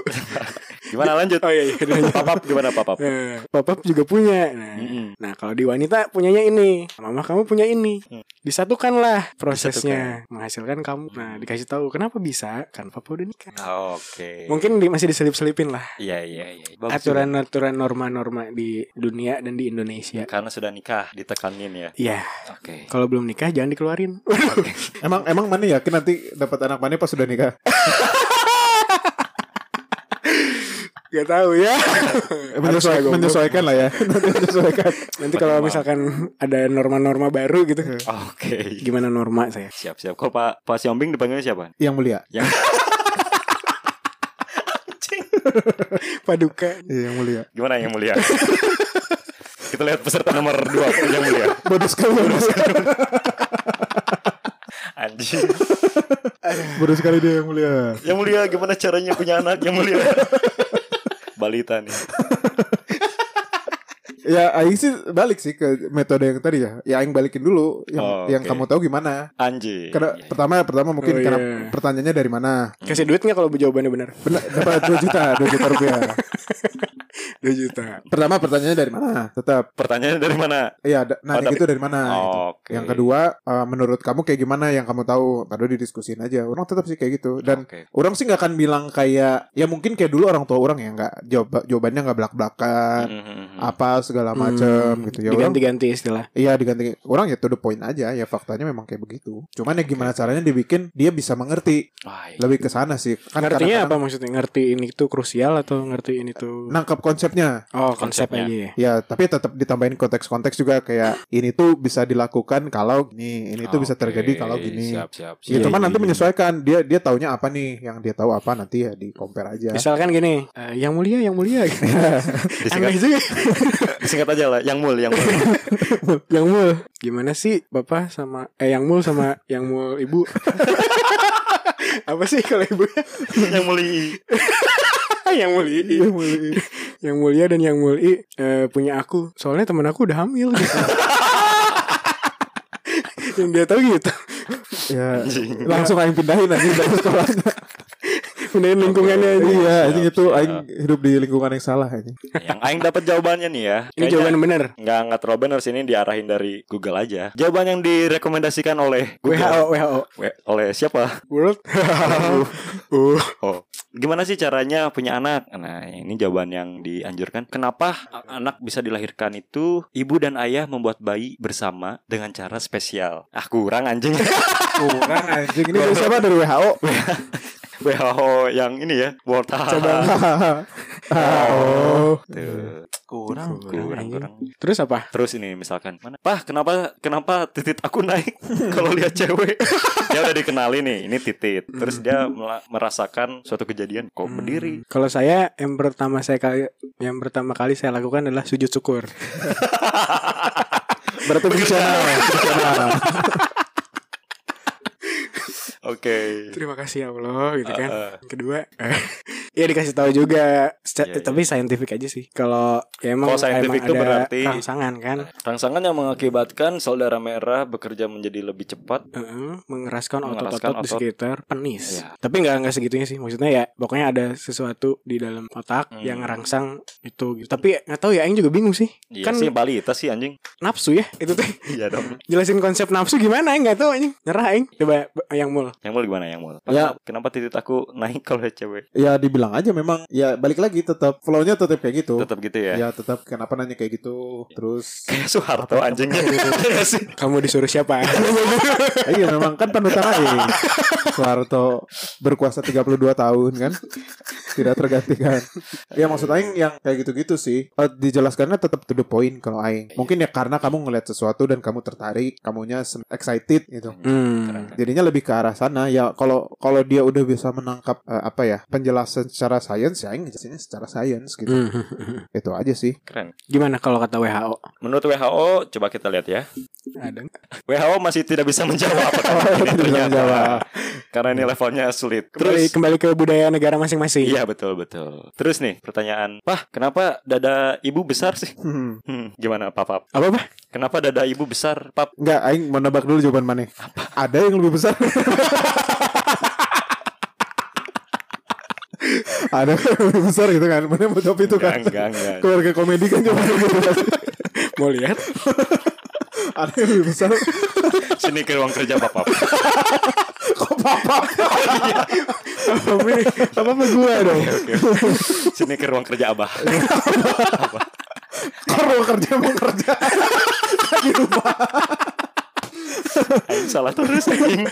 C: Gimana lanjut?
B: Oh iya, iya.
C: *laughs*
B: udah.
C: Papap gimana papap?
B: Nah, Papa juga punya. Nah,
C: Mm-mm.
B: nah kalau di wanita punyanya ini, mama kamu punya ini.
C: Hmm.
B: Disatukanlah prosesnya, menghasilkan kamu. Nah, dikasih tahu kenapa bisa? Kan papa udah nikah.
C: Oke.
B: Mungkin di- masih diselip-selipin lah
C: Iya, iya, iya. Bagus juga.
B: aturan-aturan norma-norma di dunia dan di Indonesia.
C: Karena sudah nikah ditekanin ya.
B: Iya,
C: Oke.
B: kalau belum nikah jangan dikeluarin.
A: emang emang mana yakin nanti dapat anak mana pas sudah nikah?
B: Gak tahu
C: *laughs*
B: ya.
A: Menyesuaikan,
B: Harus lah,
A: menyesuaikan lah ya. *laughs* Nanti menyesuaikan.
B: Nanti kalau misalkan ada norma-norma baru gitu,
C: Hmm. Oke.
B: *laughs* gimana norma saya?
C: Siap, siap. Kok Pak Pak Siombing dipanggilnya siapa?
A: Yang mulia.
C: Yang
B: Paduka.
C: Hmm.
A: Iya, yang mulia.
C: gimana yang
B: *laughs*
C: mulia? Kita lihat peserta nomor dua yang mulia.
A: Bodoh sekali. Bodoh sekali,
C: Anjing.
A: bodoh sekali dia yang mulia.
C: Yang mulia gimana caranya punya anak
B: *laughs*
C: yang mulia? Balita nih.
A: Ya, Aing sih balik sih ke metode yang tadi ya. Ya Aing balikin dulu yang
C: Oh,
A: yang
C: oke.
A: kamu tahu gimana.
C: Anjing. Iya,
A: Karena pertama pertama mungkin
B: Oh,
A: karena
B: iya.
A: pertanyaannya dari mana?
B: Kasih duit nggak kalau jawabannya benar?
A: Benar, dapat 2 juta, 2 juta rupiah.
B: 2 juta.
A: Pertama pertanyaannya dari mana? Tetap.
C: Pertanyaannya dari mana?
A: Iya, da-
C: Oh,
A: nah
C: tapi-
A: itu dari mana? gitu.
C: Oke.
A: Yang kedua, eh, menurut kamu kayak gimana yang kamu tahu? Baru didiskusin aja. Orang tetap sih kayak gitu. Dan
C: Oke.
A: orang sih nggak akan bilang kayak ya mungkin kayak dulu orang tua orang ya nggak jawab jawabannya nggak belak
B: Ah.
A: belakan
C: Mhm.
A: apa segala macem
B: Hmm,
A: gitu ya. Orang
B: Diganti-ganti istilah.
A: Iya diganti orang ya to the point aja ya faktanya memang kayak begitu. Cuman ya gimana caranya dibikin dia bisa mengerti
C: Wah, iya.
A: lebih ke sana sih.
B: Ngertinya
A: Kan kadang-kadang Nah,
B: apa maksudnya? Ngerti ini tuh krusial atau ngerti ini tuh?
A: Nangkap konsepnya.
B: oh, konsep
C: konsepnya.
B: aja ya.
A: Ya, tapi tetap ditambahin konteks-konteks juga kayak ini tuh bisa dilakukan kalau gini, ini tuh bisa
C: Oke,
A: terjadi kalau gini.
C: Siap, siap, siap.
A: Itu
B: Iya,
A: kan
B: iya,
A: nanti
B: iya.
A: menyesuaikan dia dia taunya apa nih yang dia tahu apa nanti ya di compare aja.
B: Misalkan gini, eh, yang mulia, yang
A: *laughs*
B: mulia.
A: kan?
C: Disingkat,
B: Aneh juga.
C: disingkat aja lah, yang mul, yang mul.
B: yang mul. Gimana sih bapak sama eh yang mul sama yang mul ibu? *laughs* Apa sih kalau ibu?
C: yang muli.
B: *laughs* yang mulia, yang mulia, yang mulia dan yang muli eh, punya aku. Soalnya teman aku udah hamil. Gitu.
A: *laughs*
B: yang dia tahu gitu.
A: Ya,
C: Anjing.
A: langsung aing pindahin
B: *laughs*
A: aja dari sekolahnya.
B: Pindahin lingkungannya aja.
A: Iya, anjing
C: siap,
A: itu
C: siap.
A: aing hidup di lingkungan yang salah anjing.
C: yang aing dapat jawabannya nih ya.
B: Ini jawaban bener.
C: Nggak, nggak terlalu benar sih ini diarahin dari Google aja. Jawaban yang direkomendasikan oleh
B: WHO,
C: Google.
B: WHO.
C: We- oleh siapa?
B: *laughs* World. uh.
C: Oh, gimana sih caranya punya anak? Nah, ini jawaban yang dianjurkan. Kenapa a- anak bisa dilahirkan itu ibu dan ayah membuat bayi bersama dengan cara spesial? Ah, kurang anjing. *laughs*
B: kan,
A: Kurang anjing ini dari siapa dari WHO?
C: WHO yang ini ya, World Health.
B: *laughs*
A: oh.
C: Tuh. Kurang, kurang,
B: Kurang,
C: kurang.
B: Terus apa?
C: Terus ini misalkan mana? Pah, kenapa kenapa titit aku naik *laughs* kalau lihat cewek? *laughs* dia udah dikenali nih, ini titit. Terus dia mela- merasakan suatu kejadian kok berdiri.
B: Hmm. Kalau saya yang pertama saya kali yang pertama kali saya lakukan adalah sujud syukur.
A: Berarti profesional,
C: *laughs*
A: profesional.
C: Oke.
B: *laughs* Terima kasih ya Allah gitu kan.
C: Uh, uh.
B: Yang Kedua, eh, *laughs* ya dikasih tahu juga Seca-
C: Iya, iya.
B: tapi scientific aja sih. Kalau ya emang
C: Kalau scientific
B: emang
C: tuh
B: ada
C: berarti-
B: rangsangan kan.
C: Rangsangan yang mengakibatkan sel darah merah bekerja menjadi lebih cepat.
B: Heeh, mengeraskan
C: Mengeraskan
B: otot-otot di
C: otot.
B: sekitar penis.
C: Iya.
B: Tapi nggak nggak segitunya sih. Maksudnya ya pokoknya ada sesuatu di dalam otak
C: Hmm.
B: yang ngerangsang itu gitu. Tapi nggak tahu ya aing juga bingung sih.
C: Iya
B: kan
C: sih balita sih anjing.
B: nafsu ya itu tuh.
C: Iya dong.
B: *laughs* Jelasin konsep nafsu gimana aing nggak tahu anjing. Nyerah aing. Coba b- yang mul.
C: Yang mul gimana yang mul? Pah,
A: Ya.
C: Kenapa titit aku naik kalau lihat cewek?
A: Ya dibilang aja memang ya balik lagi tetap flow-nya tetap kayak gitu.
C: Tetap gitu ya.
A: Ya tetap kenapa nanya kayak gitu Terus
C: Kayak Soeharto anjingnya. Iya sih.
B: Kamu disuruh siapa? *laughs*
A: Eh, Iya memang kan panutan aja Soeharto berkuasa 32 tahun kan tidak tergantikan. ya maksud aing yang kayak gitu-gitu sih. Eh, Dijelaskannya tetap to the point kalau aing. Mungkin ya karena kamu ngelihat sesuatu dan kamu tertarik, kamunya sen- excited gitu.
C: Keren,
B: Hmm.
C: keren.
A: Jadinya lebih ke arah sana ya kalau kalau dia udah bisa menangkap eh, apa ya penjelasan secara sains, ya aing ngejelasinnya secara sains gitu.
B: Hmm.
A: Itu aja sih.
C: Keren.
B: *laughs* Gimana kalau kata WHO?
C: Menurut WHO, coba kita lihat ya.
B: Ada nggak?
C: WHO masih tidak bisa menjawab.
A: Tidak bisa
C: Ternyata.
A: menjawab.
C: Karena ini levelnya sulit.
B: Kembali,
C: Terus
B: kembali ke budaya negara masing-masing.
C: Iya betul betul. Terus nih pertanyaan, Pah kenapa dada ibu besar sih?
A: Hmm.
C: Hmm, gimana Pak Pap?
B: Apa apa?
C: Kenapa dada ibu besar, Pap?
A: Enggak, aing mau nebak dulu jawaban mana. Ada yang lebih besar. Ada yang lebih besar gitu kan. Mana mau jawab itu kan.
C: Enggak, enggak, enggak.
A: Keluarga komedi kan jawabannya gitu kan.
B: Mau lihat? *laughs*
A: Ada yang lebih besar.
C: Sini ke ruang kerja *laughs* Pak Pap. Iya.
A: Kok papa?
B: apa apa apa gua dong?
C: Oke. Sini ke ruang kerja Abah.
A: Kok mau kerja mau kerja.
C: Aing salah terus anjing.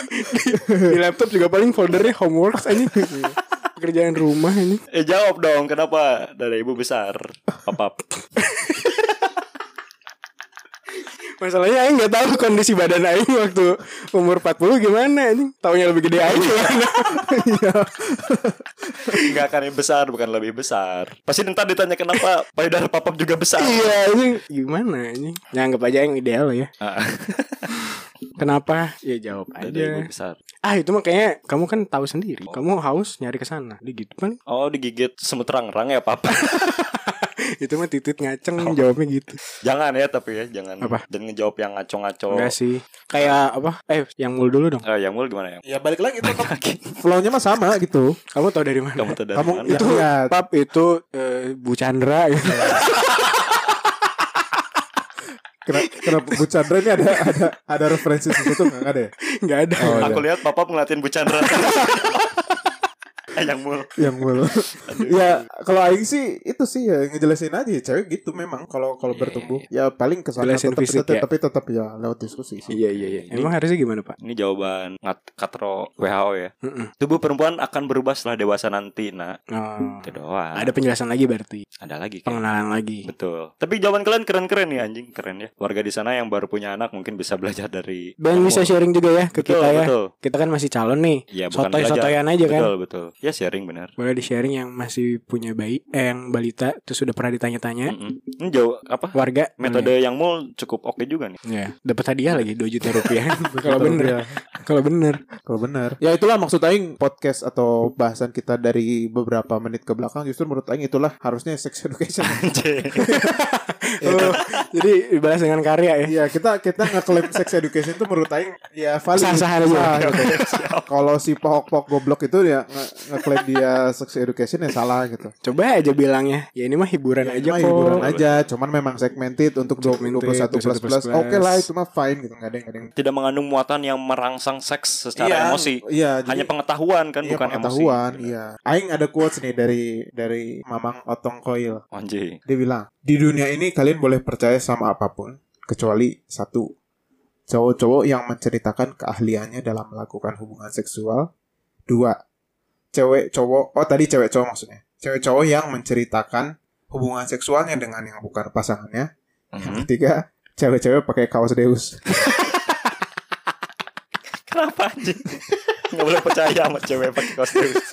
B: Di laptop juga paling foldernya homework
C: *laughs*
B: aja. Pekerjaan rumah ini.
C: Eh jawab dong, kenapa dada ibu besar? Pak Pap.
B: Masalahnya Aing gak tahu kondisi badan Aing waktu umur 40 gimana ini. Taunya lebih gede Aing gimana.
C: Enggak akan yang besar, bukan lebih besar. Pasti ntar ditanya kenapa payudara Pak Pap juga besar.
B: iya ini gimana ini. Nyanggap aja yang ideal ya.
C: Ah,
B: Kenapa? Ya jawab
C: dada
B: aja.
C: ibu besar.
B: Ah itu mah kayaknya kamu kan tahu sendiri. Kamu haus nyari ke sana. Dia gitu kan.
C: Oh digigit semut terang-rang ya
B: *laughs*
C: Pap.
B: Itu mah titit ngaceng jawabnya gitu.
C: jangan ya tapi ya, jangan.
B: Apa?
C: Jangan ngejawab yang ngaco-ngaco.
B: Enggak sih. Kayak apa? Eh yang mul dulu dong.
C: Eh, yang mul gimana ya?
A: Ya balik lagi itu. Flow-nya mah sama gitu.
B: Kamu tahu dari mana?
C: *laughs* Kamu tuh dari
A: Kamu
C: mana?
B: Iya.
A: itu ya.
B: Pap itu eh, Bu Chandra *laughs* gitu.
A: Kenapa, kenapa Bu Chandra ini ada ada ada referensi sesuatu enggak ada ya?
B: Enggak ada.
A: Oh,
C: Aku lihat Papa ngeliatin Bu Chandra. *laughs* Eh, yang mul.
A: yang mulu.
B: Iya.
A: ya kalau aing sih itu sih ya ngejelasin aja ya, cewek gitu memang kalau kalau bertumbuh ya paling kesana
B: Iya, Jelasin
A: tetap,
B: fisik
A: tetap-
B: ya.
A: tapi tetap ya lewat diskusi sih.
B: Iya iya iya. Emang harusnya gimana pak?
C: Ini jawaban ngat katro WHO ya.
B: Mm-mm.
C: Tubuh perempuan akan berubah setelah dewasa nanti, nak.
B: Oh.
C: Itu doang.
B: Ada penjelasan lagi berarti.
C: Ada lagi kan?
B: Pengenalan lagi.
C: Betul. Tapi jawaban kalian keren-keren nih anjing, keren ya. Warga di sana yang baru punya anak mungkin bisa belajar dari
B: Ben
C: yang
B: bisa
C: mul.
B: sharing juga ya ke
C: Betul,
B: kita ya.
C: betul.
B: Kita kan masih calon nih.
C: Iya, bukan
B: Sotoy
C: belajar.
B: sotoyan aja kan.
C: Betul, betul. Ya sharing benar.
B: Boleh di sharing yang masih punya bayi, eh, yang balita, terus sudah pernah ditanya-tanya.
C: Mm-mm. Iya. Ini jauh apa?
B: Warga
C: Hmm. Metode yang mul cukup oke juga
B: *laughs*
C: nih.
B: Ya, dapat hadiah lagi 2 juta rupiah kalau
A: Betul,
B: bener.
A: ya.
B: Kalau bener.
A: Kalau benar. Ya itulah maksud aing podcast atau bahasan kita dari beberapa menit ke belakang justru menurut aing itulah harusnya sex education. *laughs*
C: Anjing.
B: Oh, jadi dibalas dengan karya ya.
A: Iya, kita kita ngeklaim sex education itu menurut aing ya valid.
B: Sah-sah aja.
A: Sah, *laughs* gitu. Kalau si pohok-pohok goblok itu ya nge- ngeklaim dia sex education ya salah gitu.
B: Coba aja bilangnya. Ya ini mah hiburan aja kok.
A: Cuma hiburan aja, cuman memang Iya, segmented untuk 20, 21 plus plus. Oke
B: 21++.
A: lah, itu mah fine gitu, nggak ada yang ada yang
C: Tidak mengandung muatan yang merangsang seks secara
A: Iya,
C: emosi.
A: Iya,
C: Hanya pengetahuan kan, bukan
A: pengetahuan,
C: emosi.
A: iya. Aing ada quotes nih dari dari Mamang Otong Koil.
C: Oh, Anjing.
A: Dia bilang, "Di dunia ini kalian boleh percaya sama apapun kecuali satu cowok-cowok yang menceritakan keahliannya dalam melakukan hubungan seksual. Dua, cewek cowok, oh tadi cewek cowok maksudnya. Cewek cowok yang menceritakan hubungan seksualnya dengan yang bukan pasangannya. Yang
C: *laughs* Mhm.
A: ketiga, cewek-cewek pakai kaos Deus. *laughs*
C: Kenapa anjing? Gak boleh percaya sama cewek pakai kaos Deus.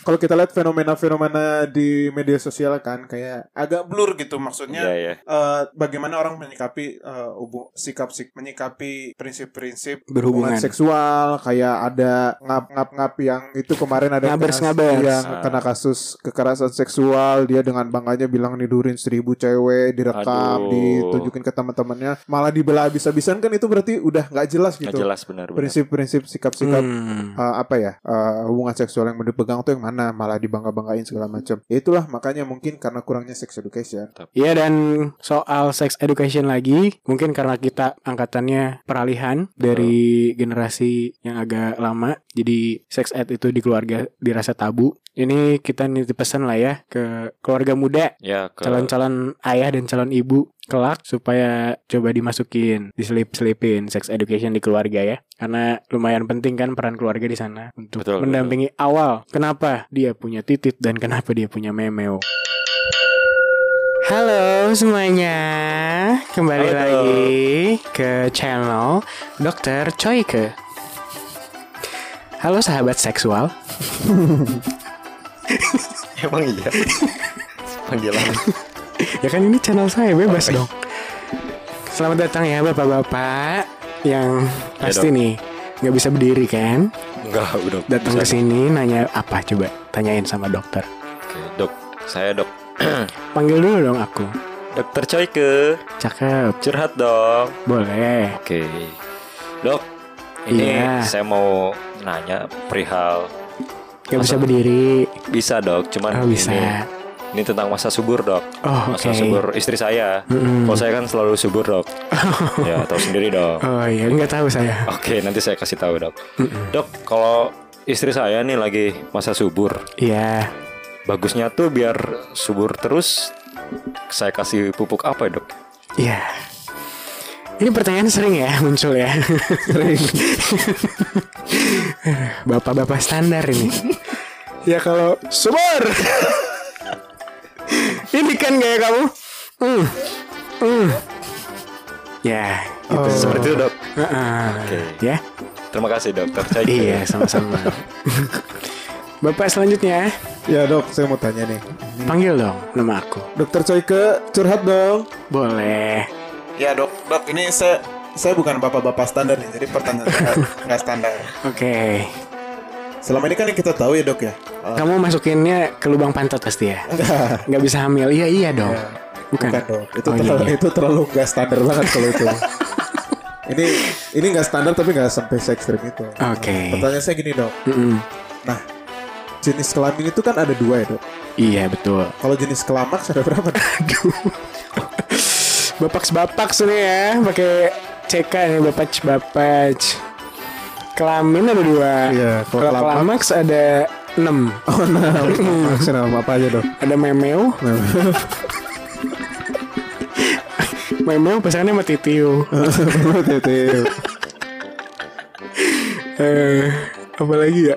A: Kalau kita lihat fenomena-fenomena di media sosial kan kayak agak blur gitu maksudnya.
C: Iya, iya.
A: eh, bagaimana orang menyikapi eh, hubu- sikap sik menyikapi prinsip-prinsip
B: Berhubungan.
A: hubungan seksual kayak ada ngap-ngap-ngap yang itu kemarin ada
B: Ngabers-
A: kena-
B: ngabers.
A: yang
C: Ah.
A: kena kasus kekerasan seksual dia dengan bangganya bilang nidurin seribu cewek direkam
C: Aduh.
A: ditunjukin ke teman-temannya malah dibelah habis-habisan kan itu berarti udah nggak jelas
C: Nggak
A: gitu
C: jelas benar-benar.
A: prinsip-prinsip sikap-sikap
B: Hmm.
A: eh, apa ya eh, hubungan seksual yang mau dipegang tuh yang mana malah dibangga-banggain segala macam Ya itulah makanya mungkin karena kurangnya sex education
B: Iya dan soal sex education lagi mungkin karena kita angkatannya peralihan dari generasi yang agak lama jadi sex ed itu di keluarga dirasa tabu ini kita nitip pesan lah ya ke keluarga muda
C: Ya, ke
B: calon-calon ayah dan calon ibu kelak supaya coba dimasukin, diselip-selipin sex education di keluarga ya. Karena lumayan penting kan peran keluarga di sana untuk
C: Betul,
B: mendampingi awal kenapa dia punya titit dan kenapa dia punya memeo. Halo semuanya, kembali
C: Halo.
B: lagi ke channel Dokter Choike. Halo sahabat seksual.
C: *laughs* Emang iya. Panggilan.
B: Ya kan ini channel saya bebas dong. Selamat datang ya bapak-bapak yang pasti
C: dong.
B: nih nggak bisa berdiri kan?
C: Enggak, udah.
B: Datang ke sini nanya apa coba? Tanyain sama dokter.
C: Oke, Dok, saya dok.
B: Panggil dulu dong aku.
C: *clears throat* Dokter Choi ke
B: Cakep,
C: curhat dong.
B: boleh.
C: Oke. Dok, ini
B: Iya.
C: saya mau nanya perihal
B: Gak bisa
C: Masa-
B: berdiri.
C: bisa dok, cuman
B: Oh bisa.
C: ini ini tentang masa subur dok.
B: Oh oke.
C: Masa subur istri saya.
B: Mm-mm.
C: Kalau saya kan selalu subur
B: *laughs*
C: dok. ya tahu sendiri dong.
B: Oh iya nggak tahu saya.
C: Oke, nanti saya kasih tahu dok. Dok, kalau istri saya nih lagi masa subur,
B: Iya.
C: bagusnya tuh biar subur terus. Saya kasih pupuk apa ya dok?
B: Iya. Ini pertanyaan sering ya muncul ya. Sering. Bapak-bapak standar ini. ya kalau sumur. ini kan gaya kamu. Hmm. Hmm. Ya, gitu.
C: Seperti itu dok.
B: Heeh. Ya,
C: Terima kasih dokter. Saya
B: iya sama-sama. Bapak selanjutnya,
A: Ya dok, saya mau tanya nih.
B: panggil dong nama aku.
A: Dokter Coike, curhat dong.
B: Boleh.
E: Ya dok, dok ini saya saya bukan bapak-bapak standar nih, jadi pertanyaan
B: *laughs*
E: saya nggak standar.
B: Oke.
A: Selama ini kan kita tahu ya
B: *laughs*
A: dok ya.
B: Kamu masukinnya ke lubang pantat pasti ya? Nggak bisa hamil. Iya, iya dong. Bukan.
A: Bukan dok, itu
B: Oh, iya,
A: terlalu
B: iya.
A: itu terlalu nggak standar banget kalau itu. ini ini nggak standar tapi nggak sampai se ekstrim itu.
B: Oke.
A: Pertanyaan saya gini dok, Nah,
B: Mm-mm.
A: jenis kelamin itu kan ada dua ya dok.
B: Iya, betul.
A: Kalau jenis kelamaks ada berapa? Dok?
B: Bapak-bapak sini ya, pakai CK nih bapak-bapak. Kelamin ada dua.
A: Iya, kalau
B: Kalau
A: kelamak-
B: kelamaks ada enam.
A: Oh nah, *laughs* maksudnya nama apa aja
B: *laughs*
A: dok?
B: Ada
A: *laughs*
B: memeo. memeo pasangannya sama titiu.
A: Oh. Tete.
B: Eh, apa lagi ya?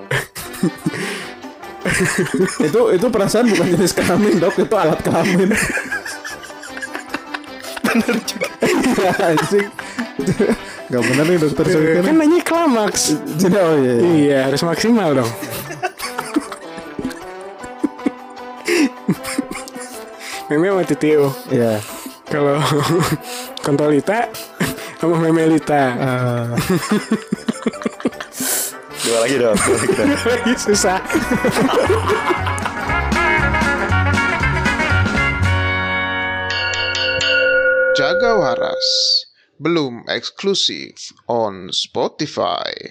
A: itu itu perasaan bukan jenis kelamin dok, itu alat kelamin. bener juga. Iya, Anjing. Gak bener nih dokter Coike
B: kan
A: nih.
B: nanya kelamaks.
A: Jadi oh iya. iya.
B: Iya, harus maksimal dong. Meme sama Titio.
A: Iya.
B: Kalau *laughs* Kontolita sama Memelita.
A: Eh,
C: Dua lagi dok. Dua lagi,
B: *laughs*
C: dok.
B: Lagi susah.
F: Jaga Waras, belum eksklusif on Spotify.